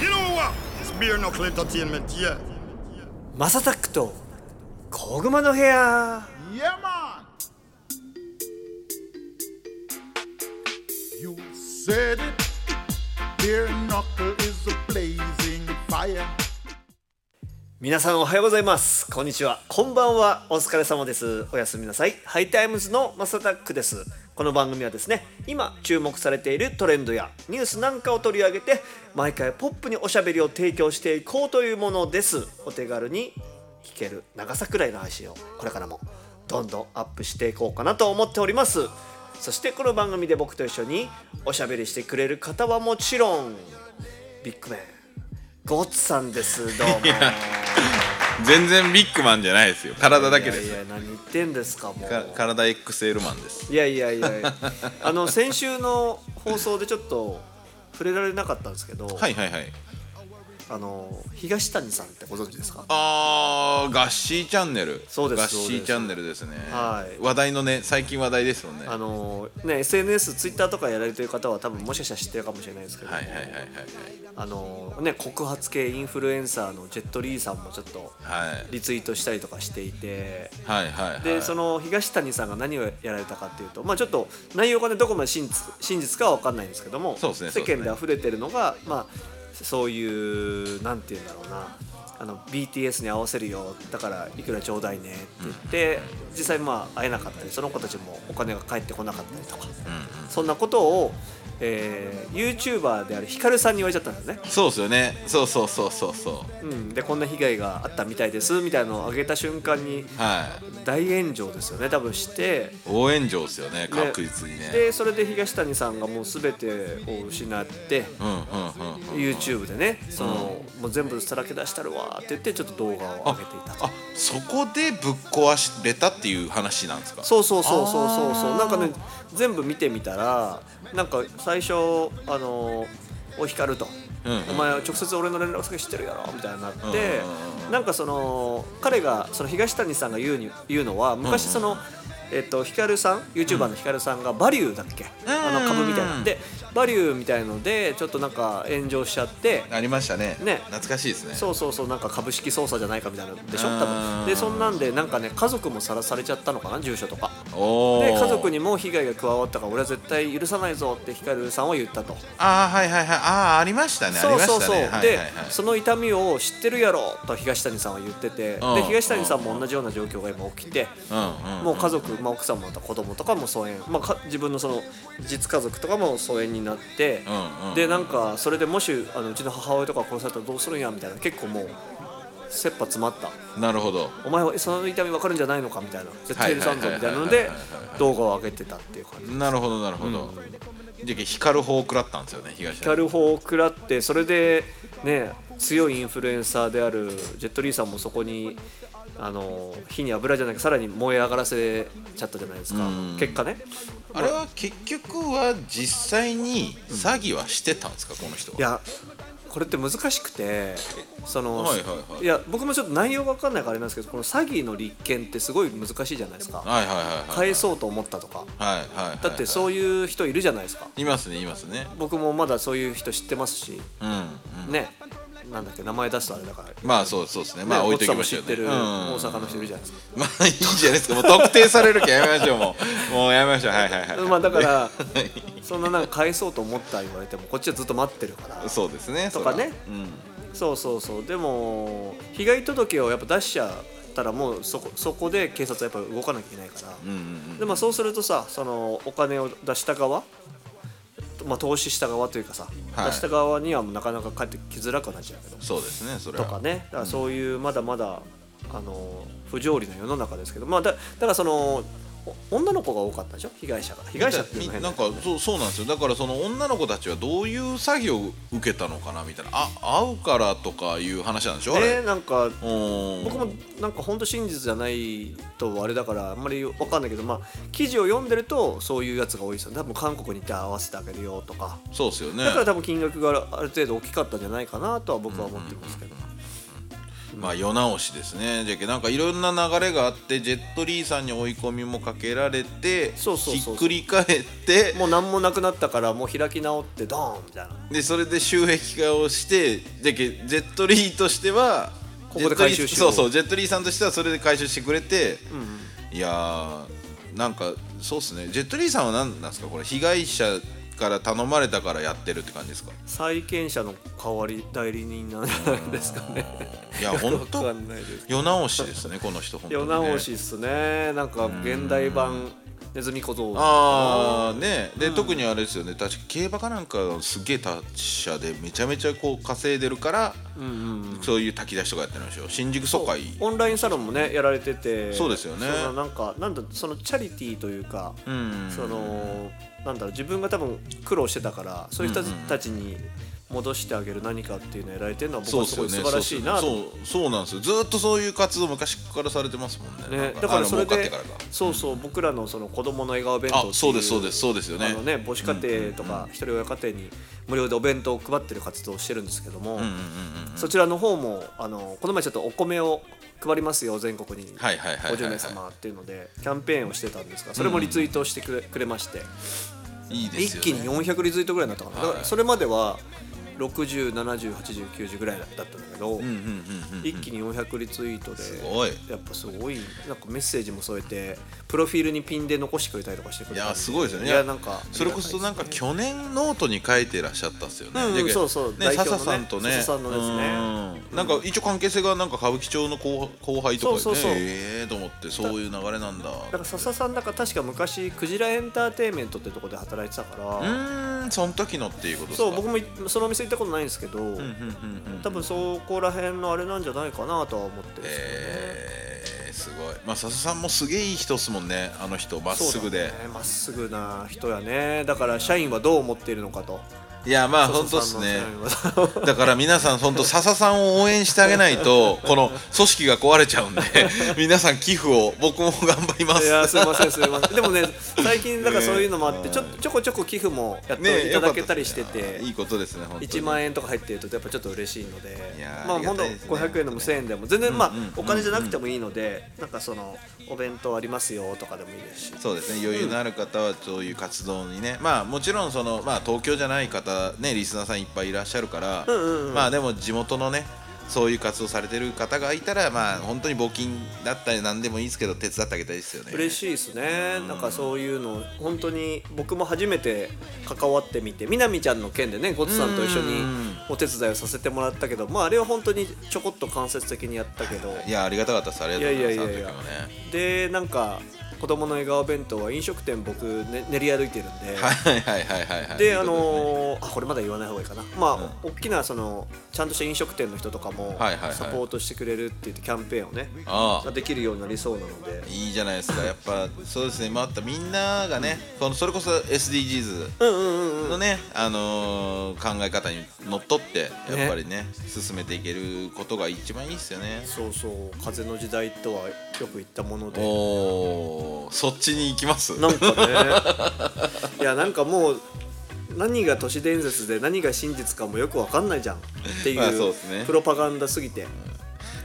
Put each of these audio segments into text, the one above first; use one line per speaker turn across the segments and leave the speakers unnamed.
You know what? It's beer knuckle entertainment, yeah.
マサタックと小熊の部屋
Yeah, man. You said it. Beer knuckle is a blazing fire.
皆さんおはようございますこんにちはこんばんはお疲れ様ですおやすみなさいハイタイムズのマサタックですこの番組はですね今注目されているトレンドやニュースなんかを取り上げて毎回ポップにおしゃべりを提供していこうというものですお手軽に聞ける長さくらいの配信をこれからもどんどんアップしていこうかなと思っておりますそしてこの番組で僕と一緒におしゃべりしてくれる方はもちろんビッグメンゴッツさんですどうも。
全然ビッグマンじゃないですよ体だけです
いやいや何言ってんですかも
か
う
体 XL マンです
いやいや いやいやあの先週の放送でちょっと触れられなかったんですけど、
はいはいはい
あの東谷さんってご存知ですか
あーガッシーチャンネル
そうです
ガッシーチャンネルですね
はい
話題のね最近話題ですもんね
あ
はい
のね SNS ツイッターとかやられてる方は多分もしかしたら知ってるかもしれないですけども、
はいはいはい
あのね告発系インフルエンサーのジェットリーさんもちょっと
はい
リツイートしたりとかしていて
はいはいはい
で、その東谷さんが何をやられたかっていうと、まあ、ちょっと内容がねどこまで真実真実かは分かんないんですけども、
そうですね
世間で
そうですね
溢れてるのが、まあ、そういうなんて言うんだろうなあの BTS に合わせるよだからいくらちょうだいねって言って、実際まあ会えなかったりその子たちもお金が返ってこなかったりとか、そんなことを、えー、YouTuber であるヒカルさんに言われちゃったんですね。
そうですよねそうそうそうそうそう
うん、でこんな被害があったみたいですみたいなのを挙げた瞬間に
はい
大炎上ですよね多分して
応援上ですよね確実にね
でそれで東谷さんがもう全てを失って
うんうんうんうん
YouTube でねその、もう全部さらけ出したるわって言ってちょっと動画を上げていたと
あそこでぶっ壊れたっていう話なんですか
そうそうそうそうそうそうなんかね全部見てみたらなんか最初あのお光ると、
うんうん
お前は直接俺の連絡先知ってるやろみたいになって、
うんうんうん
なんかその彼がその東谷さんが言うに言うのは昔その、えっと、ヒカルさん YouTuber のヒカルさんがバリューだっけ、あの株みたいなでバリューみたいのでちょっとなんか炎上しちゃって、
ありましたね
ね
懐かしいですね
そうそうそうなんか株式操作じゃないかみたいなのでしょ
うん
多分でそんなんでなんかね家族もさらされちゃったのかな住所とか
お
で
ー
家族にも被害が加わったから俺は絶対許さないぞってヒカルさんは言ったと、
ああはいはいはいああありましたね
そうそうそう、
ありましたね
で、
はいはいはい
その痛みを知ってるやろと東谷さんは言ってて、
うん
で東谷さんも同じような状況が今起きて、
うんうん
もう家族、まあ、奥さんもまた子供とかも疎遠、まあ、か自分のその実家族とかも疎遠になって、
うんうん
でなんかそれでもしあのうちの母親とか殺されたらどうするんやみたいな結構もう切羽詰まった
なるほど
お前はその痛み分かるんじゃないのかみたいな絶対許さんぞみたいなの
はい
で
はいはいはいはいはい
動画を上げてたっていう感じ
なるほどなるほど、で光る方を食らったんですよね東
光る方を食らってそれでね強いインフルエンサーであるジェットリーさんもそこにあの火に油じゃなくさらに燃え上がらせちゃったじゃないですか
うん
結果ね
あれは結局は実際に詐欺はしてたんですかこの人はい
やこれって難しくてその、
はいはいはい
や僕もちょっと内容が分かんないからあれなんですけどこの詐欺の立件ってすごい難しいじゃないですか
はいはいはいはい
返そうと思ったとか
はいはいはい
だってそういう人いるじゃないですか
いますねいますね
僕もまだそういう人知ってますし
うん、うん、
ねなんだっけ名前出すとあれだから
まあそうそうですねまあ置いときましょう
ね大津
ね
さんも知ってる大阪
うん
の人いるじゃないですか
まあいいじゃないですかもう特定されるけやめましょうもうもうやめましょうはいはいはい、
まあだからそんななんか返そうと思ったら言われてもこっちはずっと待ってるから
そうですね
とかね
そらうん
そうそうそうでも被害届をやっぱ出しちゃったらもうそこそこで警察はやっぱ動かなきゃいけないから、
うんうん
でまあそうするとさそのお金を出した側まあ投資した側というかさ、
はい
出した側にはなかなか帰ってきづらくなっちゃうけど
うんそうですねそれ
と
は
かねだからそういうまだまだあの不条理な世の中ですけどまあだだからそのお女の子が多かったでしょ被害者が被害者っていうのは変だ
なん
けど
かそうそうなんですよだからその女の子たちはどういう詐欺を受けたのかなみたいなあ会うからとかいう話なんでしょあれ、
ねなんか
うん
僕もなんか本当真実じゃないとあれだからあんまり分かんないけどまあ記事を読んでるとそういうやつが多いですよ多分韓国に行って合わせてあげるよとか
そうですよね
だから多分金額がある程度大きかったんじゃないかなとは僕は思ってますけど、
まあ世直しですねじゃけなんかいろんな流れがあってジェットリーさんに追い込みもかけられて
そうそうそうそう
ひっくり返って
もう何もなくなったからもう開き直ってドーンみたいな
でそれで収益化をしてじゃけジェットリーとしては
ここで回収し
ジェットリー
よう
そうそうジェットリーさんとしてはそれで回収してくれて、いやーなんかそうっすねジェットリーさんは何なんですかこれ被害者から頼まれたからやってるって感じですか
債権者の代わり代理人なんじゃないですかね
いや
よ
本
くわか
当
んないです
世直しですねこの人本当に、
世
ね、
直しっすねなんか現代版ネズミ小僧
ああねで、特にあれですよね確か競馬かなんかすげえ達者でめちゃめちゃこう稼いでるから、そういう炊き出しとかやってるんでしょ新宿疎開
オンラインサロンもねやられてて
そうですよね
そのなんかなんだそのチャリティーというか、
うん
そのなんだろう自分が多分苦労してたからそういう人たちに戻してあげる何かっていうのをやられてるのは僕
そう
は
ですす
ご
よ
い
ね
素晴らしいなと
そうそうそうなんですよずーっとそういう活動昔からされてますもんねなん
ね、だからそれ
あの
で
儲かってからか
そうそう僕らのその子供の笑顔弁当ってい
あそうですそうですそうですよね
あのね母子家庭とか一人親家庭に無料でお弁当を配ってる活動をしてるんですけども、そちらの方もあのこの前ちょっとお米を配りますよ全国に
はいはいはいはいはい
50名様っていうのでキャンペーンをしてたんですがそれもリツイートしてくれくれまして、
いいで
一
すよ
気に
ね
400リツイートぐらいになったかな、だか
は
ら
い
それまでは60708090ぐらいだったんだけど、
うんうんうんうん
一気に400リツイートです
ごい
やっぱすごいなんかメッセージも添えてプロフィールにピンで残してくれたりとかしてくれたん
いやすごいですよね
いやなんか
それこそなんか去年ノートに書いてらっしゃったっすよね、
うんうん
じゃけ
そうそう
ね
代表の
笹
ね
さんとね
笹さんのですね
うんなんか一応関係性がなんか歌舞伎町の後後輩とかで
そう
ね
そうそう
ええと思ってそういう流れなん
な
だ
んか笹さんなんか確か昔クジラエンターテインメントってとこで働いてたから、
うーんその時のっていうことですか
そう僕もいそのお店行ったことないんですけど、
うんうんうんうん
多分そこら辺のあれなんじゃないかなとは思ってるんですけどね、
えー、すごいまあ笹さんもすげえいい人っすもんねあの人まっすぐで、
そうだねまっすぐな人やねだから社員はどう思っているのかと
いやまあ
笹
本当っす
さんの
ね
社員は
だから皆さん本当笹さんを応援してあげない とこの組織が壊れちゃうんで皆さん寄付を僕も頑張りま
い
す
や すいませんすいませんでもね最近だからそういうのもあってちょちょこちょこ寄付もやっていただけたりしてて、
よかったいいことですね本当に
1万円とか入ってるとやっぱちょっと嬉しいので
いやー
ま
あ
あ
り
ほ
が
んと
たいですね
500円でも1000円でも全然まあ
うんうんうんうん
お金じゃなくてもいいのでなんかそのお弁当ありますよとかでもいいですし
そうですね余裕のある方はそういう活動にね、まあもちろんその、まあ、東京じゃない方ねリスナーさんいっぱいいらっしゃるから、まあでも地元のねそういう活動されてる方がいたらまあ本当に募金だったり何でもいいですけど手伝ってあげたいですよね
嬉
い
しいですねなんかそういうの本当に僕も初めて関わってみてみなみちゃんの件でねゴツさんと一緒にお手伝いをさせてもらったけどまああれは本当にちょこっと間接的にやったけど
いやありがたかったですありがとうございます
いやいやいやいや
あの時もね
でなんか子供の笑顔弁当は飲食店僕、ね、練り歩いてるんで。
はいはいはいはいは
で、
いとい
あ
うことですね
のーあこれまだ言わない方がいいかな、まあ大きなそのちゃんとした飲食店の人とかも
はいはいはい
サポートしてくれるって言ってキャンペーンをね、
ああ
ができるようになりそうなので、
いいじゃないですかやっぱそうですねまたみんながねそのそれこそ SDGs のね、あのー考え方にのっとってやっぱりね進めていけることが一番いいですよね
そうそう、風の時代とはよく言ったもので、
おーそっちに行きます
なんかね、 いや、なんかもう、何が都市伝説で何が真実かもよくわかんないじゃんってい
まあそう
う
ですね
プロパガンダすぎて、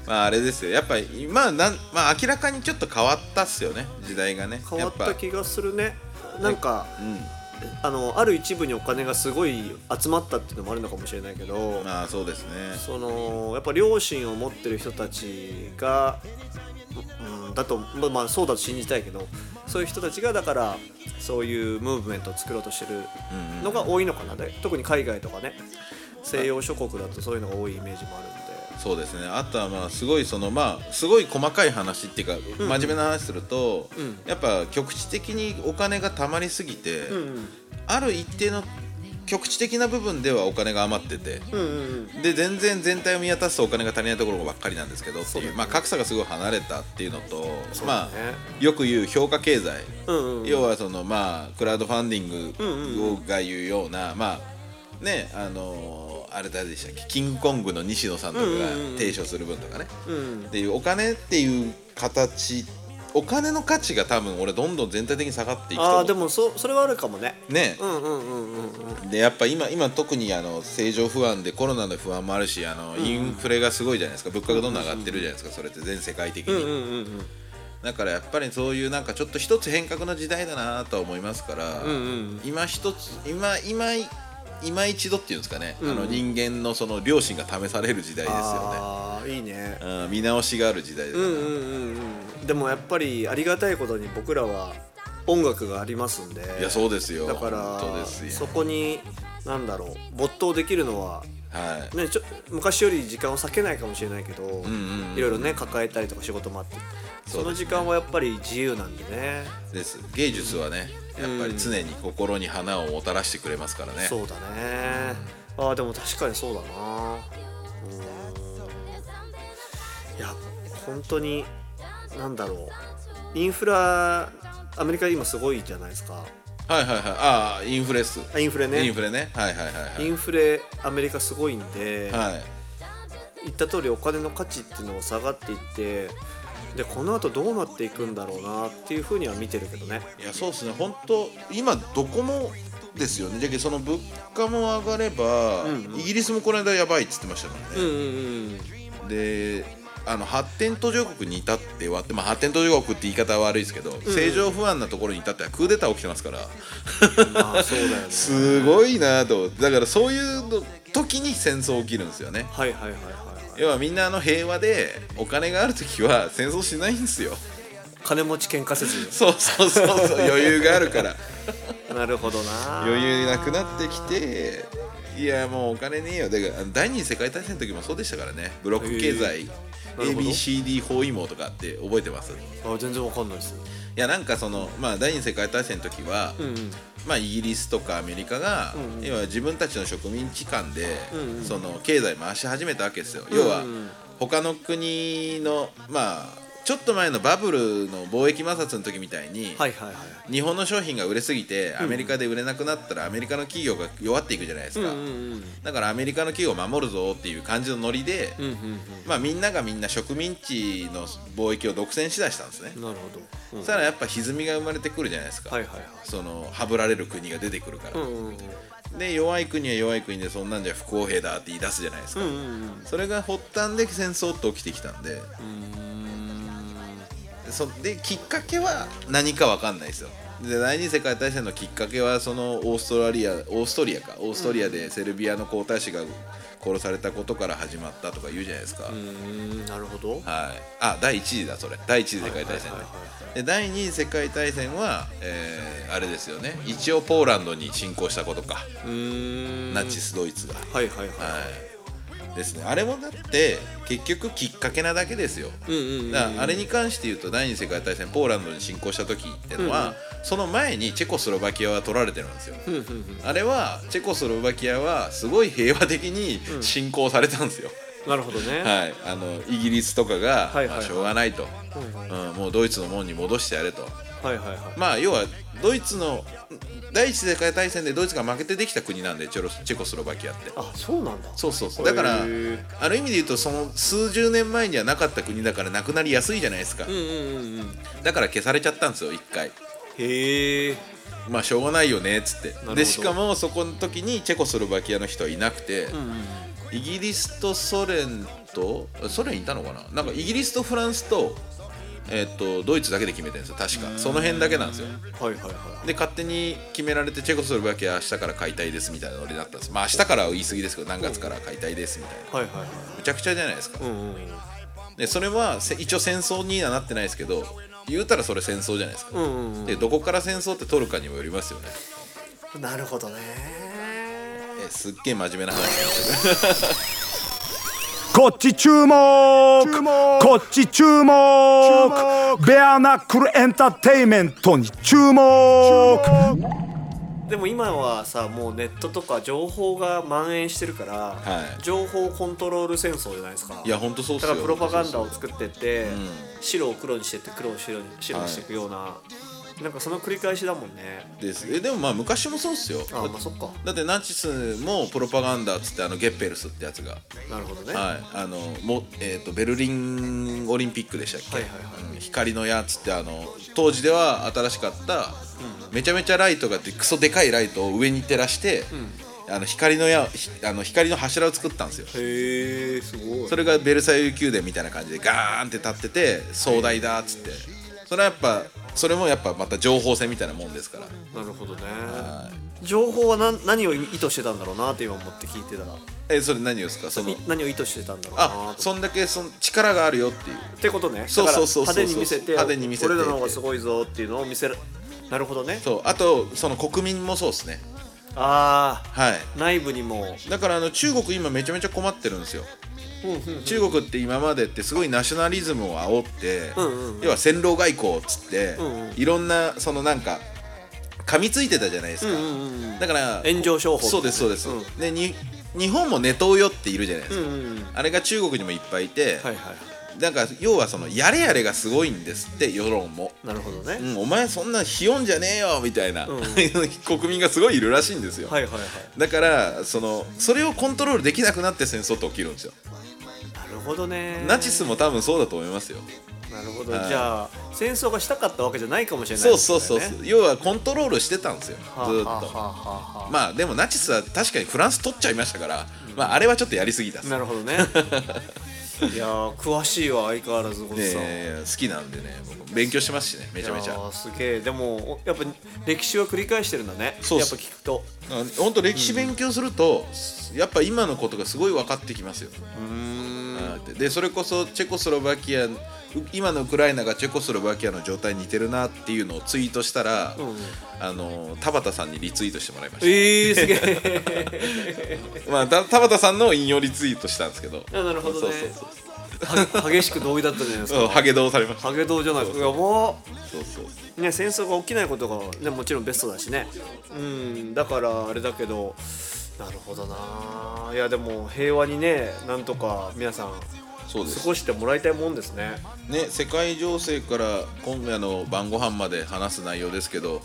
まああれですよやっぱりまあなんまあ明らかにちょっと変わったっすよね時代がね
変わっ
や
た
ぱ
気がするね。なんか
うん
あのある一部にお金がすごい集まったっていうのもあるのかもしれないけど、
まあそうですね
そのやっぱ両親を持ってる人たちが、うん、だと、まあまあ、そうだと信じたいけどそういう人たちがだからそういうムーブメントを作ろうとしてるのが多いのかなで特に海外とかね西洋諸国だとそういうのが多いイメージもあるんで
そうですねあとはまあすごいそのまあすごい細かい話っていうか、真面目な話すると、
ん
やっぱ局地的にお金が貯まりすぎて、
うん
ある一定の局地的な部分ではお金が余ってて、
うんうんうん
で全然全体を見渡すとお金が足りないところばっかりなんですけどって
そう
い
だ
う
ね
まあ、格差がすごい離れたっていうのと
そう
ま
だね
あよく言う評価経済、
うんうんうん
要はそのまあクラウドファンディングが言うような、まあねあのーあれ誰でしたっけキングコングの西野さんとかが提唱する分とかね、
うん
っていうお金っていう形お金の価値が多分俺どんどん全体的に下がっていくと思
あ
う
あでもそそれはあるかもね
ね
う、んうんうんうんうん
でやっぱ今今特にあの政情不安でコロナの不安もあるしあのインフレがすごいじゃないですか物価がどんどん上がってるじゃないですかそれって全世界的に、
うんうんうん
だからやっぱりそういうなんかちょっと一つ変革の時代だなとは思いますから、
うんうん
今一つ今今今一度っていうんですかね、
うん
あの人間のその良心が試される時代ですよ
ああいいね
ね、うん、見直しがある時代だ
う
な、
んうんうんうんでもやっぱりありがたいことに僕らは音楽がありますんで
いやそうですよ
だから
本当ですよ
そこに何だろう没頭できるのは
はい
ね、ちょ昔より時間を割けないかもしれないけど、
んうん
いろいろね抱えたりとか仕事もあってそ,、
そうですね
の時間はやっぱり自由なんでね
です芸術はねやっぱり常に心に花をもたらしてくれますからね、
そうだねあーでも確かにそうだなうんいや本当になんだろうインフラアメリカ今すごいじゃないですか
はいはいはいああインフレっす
あインフレね
インフレねはいはいはいはい
インフレアメリカすごいんで、
はい
言った通りお金の価値っていうのも下がっていってでこの後どうなっていくんだろうなっていうふうには見てるけどね
いやそうですね本当今どこもですよねじゃけその物価も上がれば、
うんうん
イギリスもこの間やばいっつってましたもん
うん
ね、
うんうん
であの発展途上国に至ってはって、まあ、発展途上国って言い方は悪いですけど、正常不安なところに至ってはクーデター起きてますから
まあそうだよ ね
すごいなと思ってだからそういうの時に戦争起きるんですよね
はいはいはいはいはい
要はみんなあの平和でお金がある時は戦争しないんですよ
金持ち喧嘩せず
そうそうそうそう余裕があるから
なるほどな
余裕なくなってきていやもうお金ねえよだから第二次世界大戦の時もそうでしたからねブロック
え
経済、
ーなるほど
ABCD 包囲網とかって覚えてますい
あ全然わかんないです
やなんかそのまあ第二次世界大戦の時は、
うんうん
まあ、イギリスとかアメリカが、
うんうん
要は自分たちの植民地間で、
うんうん
その経済回し始めたわけですよ、
ん
要は他の国のまあちょっと前のバブルの貿易摩擦の時みたいに、
はいはいはい
日本の商品が売れすぎてアメリカで売れなくなったらアメリカの企業が弱っていくじゃないです
うんう
か、
んうん
だからアメリカの企業を守るぞっていう感じのノリで、
うんうん
まあ、みんながみんな植民地の貿易を独占しだしたんですね
う、んなるほど、うん
そしたらやっぱ歪みが生まれてくるじゃないですか、
はいはいはい
そのはぶられる国が出てくるか
う
ら、
んうんうん
で弱い国は弱い国でそんなんじゃ不公平だって言い出すじゃないです
う
か、
んうんうん
それが発端で戦争って起きてきたんでそできっかけは何かわかんないですよで第二次世界大戦のきっかけはそのオーストラリアオーストリアかオーストリアでセルビアの皇太子が殺されたことから始まったとか言うじゃないですか、
うーんなるほど
はいあ第一次だそれ第一次世界大戦
はいはい
でで第二次世界大戦は、えーあれですよね一応ポーランドに侵攻したことか、
うーん
ナチスドイツが
はいはいはい
はいですねあれもだって結局きっかけなだけですよ
うんうんうん
だからあれに関して言うと第二次世界大戦ポーランドに侵攻した時ってのは、その前にチェコスロバキアは取られてるんですよ、
うんうんうん
あれはチェコスロバキアはすごい平和的に侵攻されたんですよ、
なるほどね、
はいあのイギリスとかが、
はいはいはい
まあしょうがないと、
うんはい
うん、もうドイツの門に戻してやれと
はいはい
まあ要はドイツの第一次世界大戦でドイツが負けてできた国なんでチェロスチェコスロバキアって
あそうなんだ
そうそうそうだから
へー
ある意味で言うとその数十年前にはなかった国だからなくなりやすいじゃないですか、
うんうんうんうん
だから消されちゃったんですよ一回
へえ
まあしょうがないよねっつっ
ほ
て
ど
でしかもそこの時にチェコスロバキアの人はいなくて、
うんうん
イギリスとソ連とソ連いたのかななんかイギリスとフランスと,、えっとドイツだけで決めてるんですよ確かその辺だけなんですよ
はいはいは
で勝手に決められてチェコスロバキア明日から解体ですみたいなノリだったんですまあ明日からは言い過ぎですけど何月から解体ですみた
は
いない
いはいはい
むちゃくちゃじゃないですか
うんうんうん
でそれはせ一応戦争にはなってないですけど言うたらそれ戦争じゃないですか、
うんうん
でどこから戦争って取るかにもよりますよね
うんなるほどね
えすっげえ真面目な話なんですけど
こっち注目こっち注目ベアナックルエンターテインメントに注目
でも今はさもうネットとか情報が蔓延してるから、
はい
情報コントロール戦争じゃないですか
いやほんとそうっす
だ
よ
からプロパガンダを作ってって、
ん
白を黒にしてって黒を白に白にしていくような、なんかその繰り返しだもんね
ですえでもまあ昔もそうっすよ
あまあそっか
だってナチスもプロパガンダっつってあのゲッペルスってやつが、
なるほどね、
はいあのもえー、とベルリンオリンピックでしたっけ、
はいはいは
うん光の矢っつってあの当時では新しかった、めちゃめちゃライトがあってクソでかいライトを上に照らして、あの光の矢ひあの光の柱を作ったんですよ
へえすごい
それがベルサイユ宮殿みたいな感じでガーンって立ってて壮大だっつってそれはやっぱそれもやっぱまた情報戦みたいなもんですから
なるほどね情報は何何を意図してたんだろうなって今思って聞いてたら
えそれ何ですかその
い何を意図してたんだろうな
あ
と
そんだけその力があるよっていう
ってことね
そうそうそう
だ
そう
から派手に見せて
派手に見せて
俺らの方がすごいぞっていうのを見せるなるほどね
そうあとその国民もそうですね
ああ
はい
内部にも
だからあの中国今めちゃめちゃ困ってるんですよ中国って今までってすごいナショナリズムを煽って、
ん
要は戦狼外交っつって、
んうん
いろんなそのなんか噛みついてたじゃないですか、だから
炎上商法
そうですそうです、
うん
でに日本もネトウヨっているじゃないです
う
か、
んうん
あれが中国にもいっぱいいて、
はいはい
なんか要はそのやれやれがすごいんですって世論も、
なるほどね、
うん、お前そんなひよんじゃねえよみたいな、
うん
国民がすごいいるらしいんですよ、
はいはいはい
だからそのそれをコントロールできなくなって戦争って起きるんですよ、
なるほどね
ナチスも多分そうだと思いますよ、
なるほど、
はい
じゃあ戦争がしたかったわけじゃないかもしれない
そう
です
そう
ね
そうそう要はコントロールしてたんですよず
はあ
ーっ
は
と
あはあはあ
まあでもナチスは確かにフランス取っちゃいましたから、まああれはちょっとやりすぎだっす
な
ね
るほど ねいやー詳しいわ相変わらずゴッツさん、
え好きなんでね僕勉強してますしねめちゃめち
いや
ゃ
ーすげえでもおやっぱ歴史は繰り返してるんだね
そうっ
やっ
す
ぱ聞くと
本当歴史勉強すると、やっぱ今のことがすごい分かってきますよあーでそれこそチェコスロバキアう今のウクライナがチェコスロバキアの状態に似てるなっていうのをツイートしたら、
んうん
あの田畑さんにリツイートしてもらいまし
えー、すげ え
た,、まあ、た田畑さんの引用リツイートしたんですけど
あなるほどね
そうそうそう
は激しく同意だったじゃないです
そう
か
ハゲドウされました
ハゲ道じゃないですかやばー
そうそう
ね、戦争が起きないことが、ね、もちろんベストだしねうんだからあれだけどなるほどないやでも平和にねなんとか皆さん
そうです
過ごしてもらいたいもんですね
ね世界情勢から今夜の晩ご飯まで話す内容ですけど、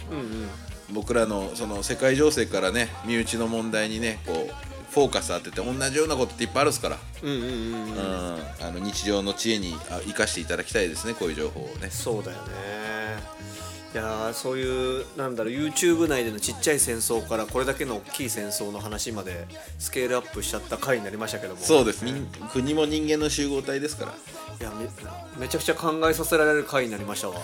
僕らのその世界情勢からね身内の問題にねこうフォーカス当てて同じようなことっていっぱいあるっすから、
うんうんうん
うん、あの日常の知恵にあ生かしていただきたいですねこういう情報をね
そうだよねいやーそういうなんだろう YouTube 内でのちっちゃい戦争からこれだけの大きい戦争の話までスケールアップしちゃった回になりましたけども
そうですみん国も人間の集合体ですから
いやめめちゃくちゃ考えさせられる回になりま したわ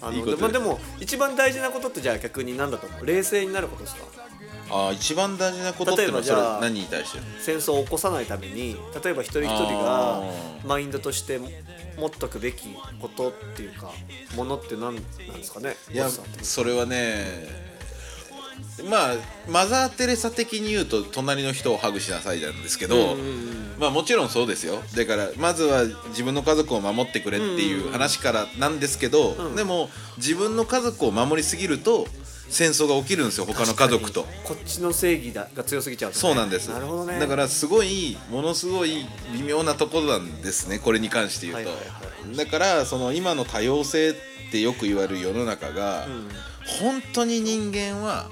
あの
いいことです
まあ、でも一番大事なことってじゃあ逆に何だと思う冷静になることですか
あー一番大事なことっ
例
て
え
の
ば
は
じ
そ
ゃ
れ
あ
何に対して
戦争を起こさないために例えば一人一人
あ
が
ー
マインドとして持っとくべきことっていうかものって何なんですかね
いや
ボスさんって
それはねまあマザー・テレサ的に言うと隣の人をハグしなさいなんですけど、まあもちろんそうですよだからまずは自分の家族を守ってくれっていう話からなんですけど、でも自分の家族を守りすぎると戦争が起きるんですよ他の家族と。
こっちの正義だが強すぎちゃうとね、
そうなんです
なるほどね
だからすごいものすごい微妙なところなんですねこれに関して言うと、
はいはい
だからその今の多様性ってよく言われる世の中が、本当に人間は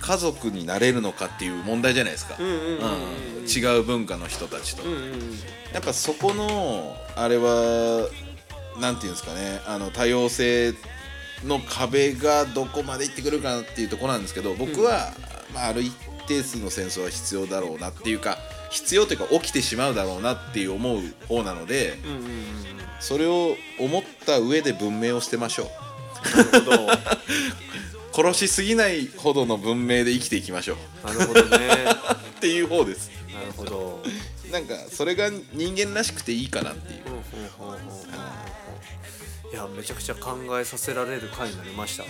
家族になれるのかっていう問題じゃないですか、うん違う文化の人たちと、やっぱそこのあれはなんていうんですかねあの多様性の壁がどこまで行ってくるかなっていうところなんですけど僕は、まあ、ある一定数の戦争は必要だろうなっていうか必要というか起きてしまうだろうなっていう思う方なので、それを思った上で文明を捨てましょう殺しすぎないほどの文明で生きていきましょう
なるほどね
っていう方です
なるほど
なんかそれが人間らしくていいかなっていう
ほうほうほうほうほういやめちゃくちゃ考えさせられる回になりました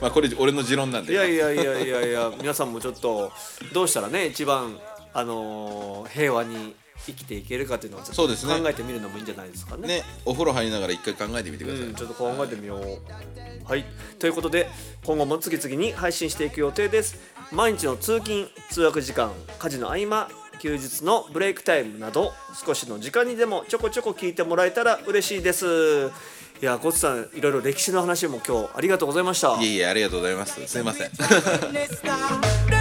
まあこれ俺の持論なんで
いやいやいやいやいや皆さんもちょっとどうしたらね一番あのー平和に生きていけるかっていうのをち
そ
ょっ
う
と
ですね
考えてみるのもいいんじゃないですかね。
ね、お風呂入りながら一回考えてみてください、
うん、ちょっと考えてみよう。はい、ということで今後も次々に配信していく予定です。毎日の通勤通学時間家事の合間休日のブレイクタイムなど少しの時間にでもちょこちょこ聞いてもらえたら嬉しいですいやコツさんいろいろ歴史の話も今日ありがとうございました
いえいえありがとうございますすいません
Listener.